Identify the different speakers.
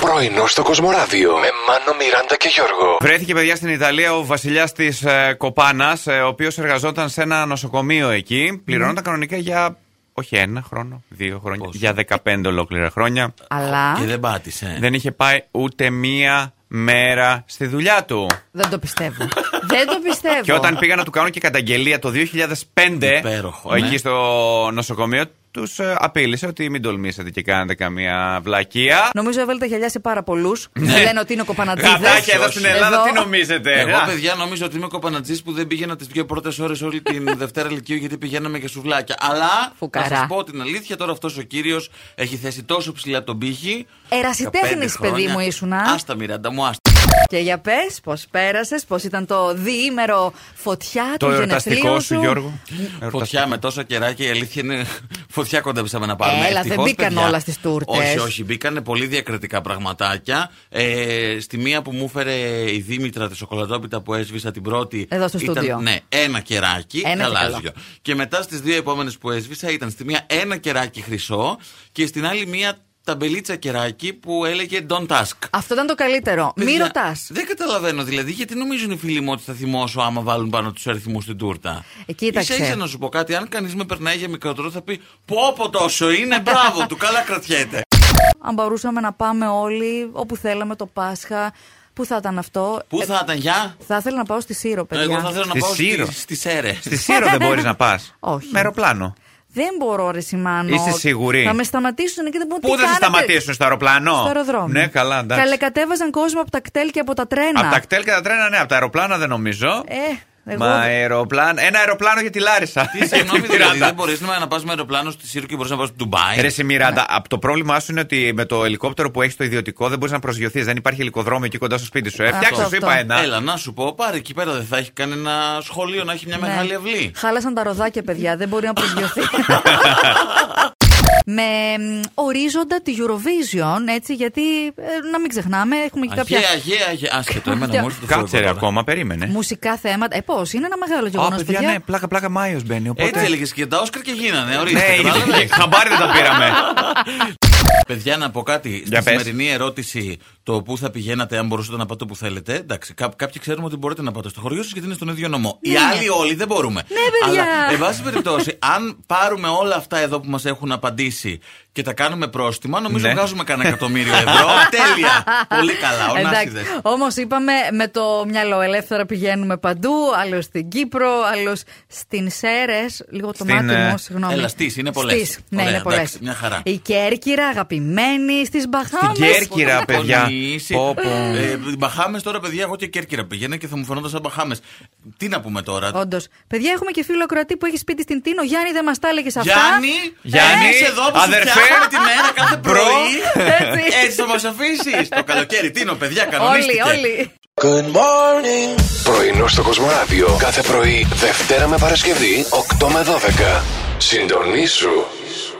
Speaker 1: Πρωινό στο Κοσμοράδιο με Μάνο, Μιράντα και Γιώργο.
Speaker 2: Βρέθηκε, παιδιά, στην Ιταλία ο βασιλιάς της ε, Κοπάνας, ο οποίος εργαζόταν σε ένα νοσοκομείο εκεί. Πληρωνόταν κανονικά για όχι ένα χρόνο, δύο χρόνια,
Speaker 3: Πόσο?
Speaker 2: για 15 ολόκληρα χρόνια.
Speaker 4: Αλλά
Speaker 3: Και δεν πάτησε.
Speaker 2: Δεν είχε πάει ούτε μία μέρα στη δουλειά του.
Speaker 4: δεν το πιστεύω. δεν το πιστεύω.
Speaker 2: Και όταν πήγα να του κάνω και καταγγελία το 2005
Speaker 3: Υπέροχο,
Speaker 2: εκεί
Speaker 3: ναι.
Speaker 2: στο νοσοκομείο, τους απείλησε ότι μην τολμήσετε και κάνετε καμία βλακεία.
Speaker 4: Νομίζω έβαλε τα χελιά σε πάρα πολλούς. Λένε ότι είναι κοπανατζίδες.
Speaker 2: Ναι. Γατάκια εδώ στην Ελλάδα, τι νομίζετε. ε?
Speaker 3: Εγώ,
Speaker 2: Α,
Speaker 3: παιδιά, νομίζω ότι είμαι κοπανατζής που δεν πήγαινα τις πιο πρώτες ώρες όλη την Δευτέρα Λυκείου γιατί πηγαίναμε για σουβλάκια. Αλλά
Speaker 4: Φουκαρά.
Speaker 3: να σας πω την αλήθεια, τώρα αυτός ο κύριος έχει θέσει τόσο ψηλά τον πύχη.
Speaker 4: Ερασιτέχνης,
Speaker 3: 15
Speaker 4: παιδί
Speaker 3: χρόνια.
Speaker 4: μου, ήσουνα.
Speaker 3: Άστα, Μιράντα μου, άστα.
Speaker 4: Και για πες, πώς πέρασες, πώς ήταν το διήμερο φωτιά
Speaker 2: Το
Speaker 4: του γενεθλίου
Speaker 2: εορταστικό
Speaker 4: σου.
Speaker 2: σου, Γιώργο.
Speaker 3: Φωτιά
Speaker 2: Εορταστικό.
Speaker 3: με τόσα κεράκια, η αλήθεια είναι. Φωτιά κοντέψαμε να πάρουμε.
Speaker 4: Έλα, δεν
Speaker 3: Ευτυχώς,
Speaker 4: μπήκαν
Speaker 3: παιδιά.
Speaker 4: όλα στις τούρτες.
Speaker 3: Όχι, όχι, μπήκαν πολύ διακριτικά πραγματάκια. Ε, στη μία που μου έφερε η Δήμητρα τη σοκολατόπιτα που έσβησα την πρώτη.
Speaker 4: Εδώ στο
Speaker 3: ήταν,
Speaker 4: στούντιο.
Speaker 3: Ναι, ένα κεράκι
Speaker 4: Ένα και
Speaker 3: γαλάζιο. Και μετά στις δύο επόμενες που έσβησα ήταν στη μία ένα κεράκι χρυσό και στην άλλη μία ταμπελίτσα κεράκι που έλεγε Don't ask.
Speaker 4: Αυτό ήταν το καλύτερο. Μη
Speaker 3: Παιδιά,
Speaker 4: ρωτάς.
Speaker 3: Δεν καταλαβαίνω δηλαδή γιατί νομίζουν οι φίλοι μου ότι θα θυμώσω άμα βάλουν πάνω τους αριθμούς στην τούρτα.
Speaker 4: Ε, κοίταξε.
Speaker 3: Ίσα ίσα να σου πω κάτι, αν κανείς με περνάει για μικρότερο θα πει Πω πω τόσο είναι, μπράβο του, καλά κρατιέται.
Speaker 4: Αν μπορούσαμε να πάμε όλοι όπου θέλαμε το Πάσχα, πού θα ήταν αυτό.
Speaker 3: Πού
Speaker 4: Ε,
Speaker 3: θα ήταν, γεια.
Speaker 4: θα ήθελα να πάω στη Σύρο, παιδιά.
Speaker 3: Εγώ θα θέλω να
Speaker 2: Στη
Speaker 3: πάω
Speaker 2: Σύρο.
Speaker 3: στη, στη Σέρε.
Speaker 2: Στη Σύρο δεν μπορείς να πας.
Speaker 4: Όχι.
Speaker 2: Με αεροπλάνο.
Speaker 4: Δεν μπορώ, ρε Σιμάνο.
Speaker 2: Είστε σίγουροι?
Speaker 4: Θα με σταματήσουν εκεί.
Speaker 2: Πού δεν θα σταματήσουν, στο αεροπλάνο.
Speaker 4: Στο αεροδρόμιο.
Speaker 2: Ναι, καλά, εντάξει.
Speaker 4: Καλεκατέβαζαν κόσμο από τα κτέλ και από τα τρένα.
Speaker 2: Από τα κτέλ και τα τρένα, ναι, από τα αεροπλάνα δεν νομίζω.
Speaker 4: Ε, εγώ.
Speaker 2: Μα αεροπλάνο. Ένα αεροπλάνο για τη Λάρισα.
Speaker 3: Τι συγγνώμη,
Speaker 2: Τη
Speaker 3: δηλαδή,
Speaker 2: Μιράντα.
Speaker 3: δεν μπορείς να πας με αεροπλάνο στη Σύρο και μπορείς να πας στο Ντουμπάι.
Speaker 2: Ρε εσύ, Μιράντα, από το πρόβλημά σου είναι ότι με το ελικόπτερο που έχεις το ιδιωτικό δεν μπορείς να προσγειωθείς. Δεν υπάρχει ελικοδρόμιο εκεί κοντά στο σπίτι σου. Ε,
Speaker 4: Αυτό,
Speaker 2: φτιάξε, σου
Speaker 4: αυτό.
Speaker 2: είπα ένα.
Speaker 3: Έλα, να σου πω, πάρε εκεί πέρα δεν θα έχει κανένα σχολείο να έχει μια
Speaker 4: Ναι.
Speaker 3: μεγάλη αυλή.
Speaker 4: Χάλασαν τα ροδάκια, παιδιά. Δεν μπορεί να προσγειωθεί. Με μ, ορίζοντα τη Eurovision, έτσι, γιατί ε, να μην ξεχνάμε, έχουμε και κάποια
Speaker 3: Αγία, αγία, αγία. Άσχετο, εμένα μου ήρθε το
Speaker 2: Κάτσε
Speaker 3: φόβο
Speaker 2: ρε,
Speaker 3: τώρα.
Speaker 2: ακόμα, περίμενε.
Speaker 4: μουσικά θέματα. Ε, πώς, είναι ένα μεγάλο
Speaker 2: Α,
Speaker 4: γεγονός,
Speaker 2: παιδιά, ναι, πλάκα-πλάκα Μάιος μπαίνει. Οπότε...
Speaker 3: Έτσι έλεγες και τα Όσκαρ και γίνανε. Ορίστε,
Speaker 2: Ναι,
Speaker 3: κατάλαβες.
Speaker 2: γιατί- χαμπάρι δεν τα πήραμε.
Speaker 3: Παιδιά, να πω κάτι. Στη
Speaker 2: Για πες.
Speaker 3: σημερινή ερώτηση, το πού θα πηγαίνατε, αν μπορούσατε να πάτε όπου θέλετε. Εντάξει, κά- κάποιοι ξέρουμε ότι μπορείτε να πάτε στο χωριό σας γιατί είναι στον ίδιο νομό.
Speaker 2: Ναι.
Speaker 3: Οι άλλοι όλοι δεν μπορούμε.
Speaker 4: Ναι, παιδιά.
Speaker 3: Αλλά, εν πάση περιπτώσει, αν πάρουμε όλα αυτά εδώ που μας έχουν απαντήσει και τα κάνουμε πρόστιμα, νομίζω
Speaker 2: Ναι.
Speaker 3: βγάζουμε κανένα εκατομμύριο ευρώ. Τέλεια. Πολύ καλά. Ο Νάσιδες.
Speaker 4: Όμως είπαμε με το μυαλό ελεύθερα πηγαίνουμε παντού. Άλλος στην Κύπρο, άλλος στην Σέρες. Λίγο το
Speaker 2: Στην,
Speaker 4: μάτι
Speaker 2: ε,
Speaker 4: μου, συγγνώμη.
Speaker 3: έλα, στις, είναι πολλές.
Speaker 4: Στις, Ναι,
Speaker 3: Ωραία,
Speaker 4: είναι πολλέ.
Speaker 3: εντάξει, μια χαρά.
Speaker 4: Η Κέρκυρα, αγαπημένη, στις Μπαχάμες.
Speaker 2: Στην Κέρκυρα, παιδιά.
Speaker 3: Κονίσι.
Speaker 2: Πω, πω.
Speaker 3: Ε, Μπαχάμες τώρα, παιδιά, εγώ και Κέρκυρα πηγαίνα και θα μου φαινόταν σαν Μπαχάμες. Τι να πούμε τώρα.
Speaker 4: Όντως. Παιδιά, έχουμε και φίλο ακροατή που έχει σπίτι στην Τίνο. Γιάννη, δεν μας τα έλεγες αυτά.
Speaker 3: Γιάννη,
Speaker 2: Γιάννη,
Speaker 3: είσαι εδώ που
Speaker 2: αδερφέ.
Speaker 3: σου φτιάχνουμε τη μέρα κάθε
Speaker 2: Μπρο.
Speaker 3: πρωί.
Speaker 4: Έτσι.
Speaker 3: Έτσι θα μας αφήσεις. Το καλοκαίρι, τι είναι, παιδιά,
Speaker 4: Όλοι,
Speaker 3: κανονίστηκε.
Speaker 4: όλοι.
Speaker 1: Πρωινό στο Κοσμοράδιο κάθε πρωί, Δευτέρα με Παρασκευή, 8 με 12. Συντονίσου.